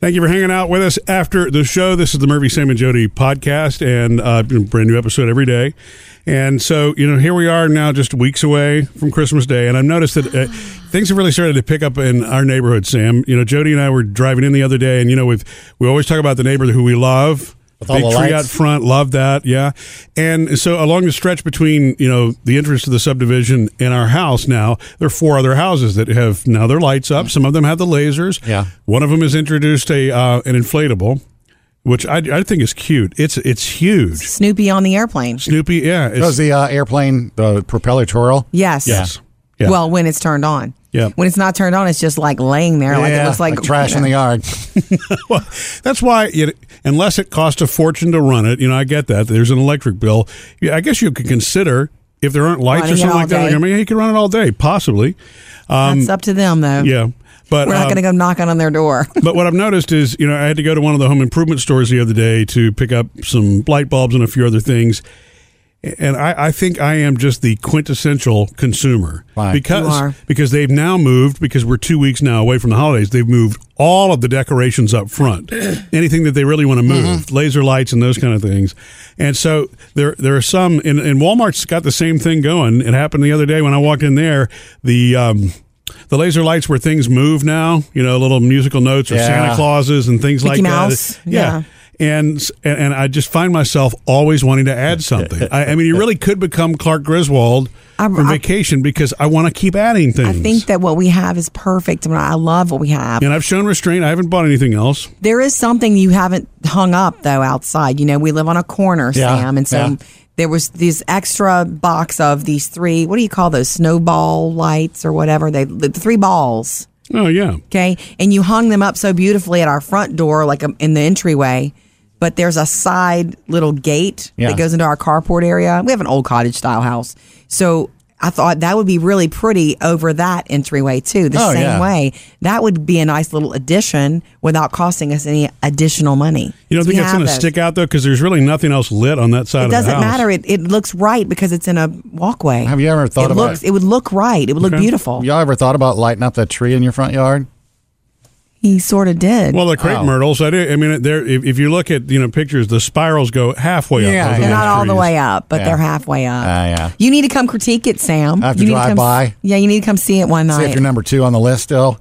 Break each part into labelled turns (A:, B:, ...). A: Thank you for hanging out with us after the show. This is the Murphy, Sam, and Jody podcast, and uh, brand new episode every day. And so, you know, here we are now, just weeks away from Christmas Day, and I've noticed that uh, things have really started to pick up in our neighborhood. Sam, you know, Jody and I were driving in the other day, and you know, we we always talk about the neighbor who we love.
B: all
A: Big
B: the
A: tree out
B: lights.
A: front, love that, yeah. And so along the stretch between you know the entrance to the subdivision and our house now, there are four other houses that have now their lights up. Some of them have the lasers.
B: Yeah.
A: One of them has introduced a uh, an inflatable, which I, I think is cute. It's it's huge.
C: Snoopy on the airplane.
A: Snoopy, yeah, it's,
B: That was the uh, airplane, the propeller twirl.
C: Yes.
A: yes, yeah.
C: Well, when it's turned on.
A: Yeah.
C: When it's not turned on, it's just like laying there, like it looks like,
B: trash in the yard.
A: Well, that's why, it, unless it costs a fortune to run it, you know, I get that. There's an electric bill. Yeah, I guess you could consider if there aren't lights
C: Running
A: or
C: it
A: something
C: all
A: like that.
C: day.
A: I mean, you could run it all day, possibly.
C: It's up to them though.
A: Yeah. But
C: We're not
A: um,
C: going to go knocking on their door.
A: but what I've noticed is, you know, I had to go to one of the home improvement stores the other day to pick up some light bulbs and a few other things. And I, I think I am just the quintessential consumer
B: Why?
A: because
C: You are.
A: because they've now moved because we're two weeks now away from the holidays. They've moved all of the decorations up front, anything that they really want to move,
C: Mm-hmm.
A: laser lights and those kind of things. And so there there are some, and, and Walmart's got the same thing going. It happened the other day when I walked in there. The um, the laser lights where things move now, you know, little musical notes or
B: Yeah.
A: Santa Clauses and things
C: Mickey
A: like
C: Mouse.
A: that. And, s- and and I just find myself always wanting to add something. I, I mean, you really could become Clark Griswold
C: I-
A: from
C: I-
A: vacation because I want to keep adding things.
C: I think that what we have is perfect. I, mean, I love what we have.
A: and I've shown restraint. I haven't bought anything else.
C: There is something you haven't hung up though outside. You know, we live on a corner,
B: Yeah,
C: Sam, and so
B: yeah.
C: there was this extra box of these three. What do you call those snowball lights or whatever? They the three balls.
A: Oh yeah,
C: Okay. And you hung them up so beautifully at our front door, like um, in the entryway. But there's a side little gate
B: Yeah.
C: that goes into our carport area. We have an old cottage style house. So I thought that would be really pretty over that entryway, too, the
B: Oh,
C: same
B: yeah.
C: way. That would be a nice little addition without costing us any additional money.
A: you don't
C: So
A: think
C: we
A: that's
C: have
A: going to
C: those.
A: stick out though because there's really nothing else lit on that side
C: It
A: of the house.
C: doesn't matter. It, it looks right because it's in a walkway.
B: Have you ever thought
C: it
B: about
C: looks, It would look right. It would look beautiful.
B: Y'all ever thought about lighting up that tree in your front yard?
C: He sort of did.
A: Well, the crepe
B: Wow.
A: myrtles. I, do, I mean, there. If, if you look at you know pictures, the spirals go halfway
B: Yeah,
A: up. those
B: yeah.
C: They're
A: little
C: not all the
A: trees.
C: way up, but
B: Yeah.
C: they're halfway up.
B: Ah, yeah.
C: You need to come critique it, Sam.
B: I have to
C: you need
B: drive
C: come,
B: by.
C: Yeah, you need to come see it one
B: See if
C: night.
B: you're number two on the list still.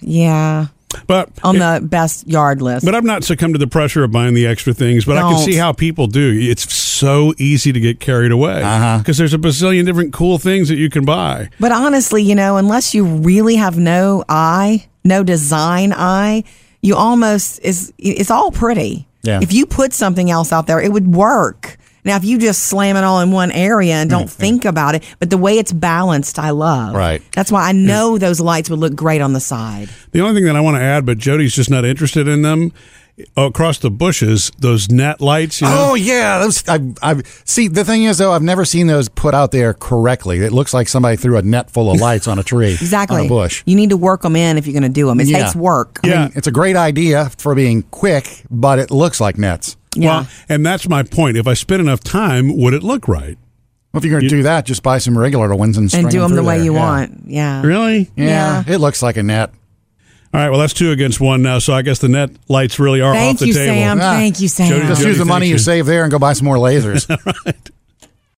C: yeah,
A: But
C: on the best yard list.
A: But I've not succumbed to the pressure of buying the extra things, but I can
C: Don't.
A: see how people do. It's so easy to get carried away
B: Uh-huh.
A: because there's a bazillion different cool things that you can buy.
C: But honestly, you know, unless you really have no eye, no design eye, you almost is it's all pretty.
B: Yeah.
C: If you put something else out there, it would work. Now, if you just slam it all in one area and don't think about it, but the way it's balanced, I love.
B: Mm, Right.
C: That's why I know those lights would look great on the side.
A: The only thing that I want to add, but Jody's just not interested in them, across the bushes, those net lights. You know?
B: Oh yeah, those. I, I see. The thing is, though, I've never seen those put out there correctly. It looks like somebody threw a net full of lights on a tree,
C: Exactly.
B: on a bush.
C: You need to work them in if you're going to do them. It
B: Yeah.
C: takes work.
A: Yeah.
B: It's a great idea for being quick, but it looks like nets.
C: Yeah.
A: Well, and that's my point. If I spent enough time, would it look right?
B: Well, if you're going to do that, just buy some regular ones and string
C: and do them the
B: through
C: way
B: there.
C: you
B: Yeah.
C: want. Yeah.
A: Really?
B: Yeah, it looks like a net.
A: All right. Well, that's two against one now. So I guess the net lights really are off
C: Thank
A: the
C: you,
A: table.
C: Sam.
B: Yeah.
C: Thank you, Sam.
A: Jody,
B: Just
A: Jody,
B: use the
A: thank
B: money you
A: you.
B: save there and go buy some more lasers.
A: All right.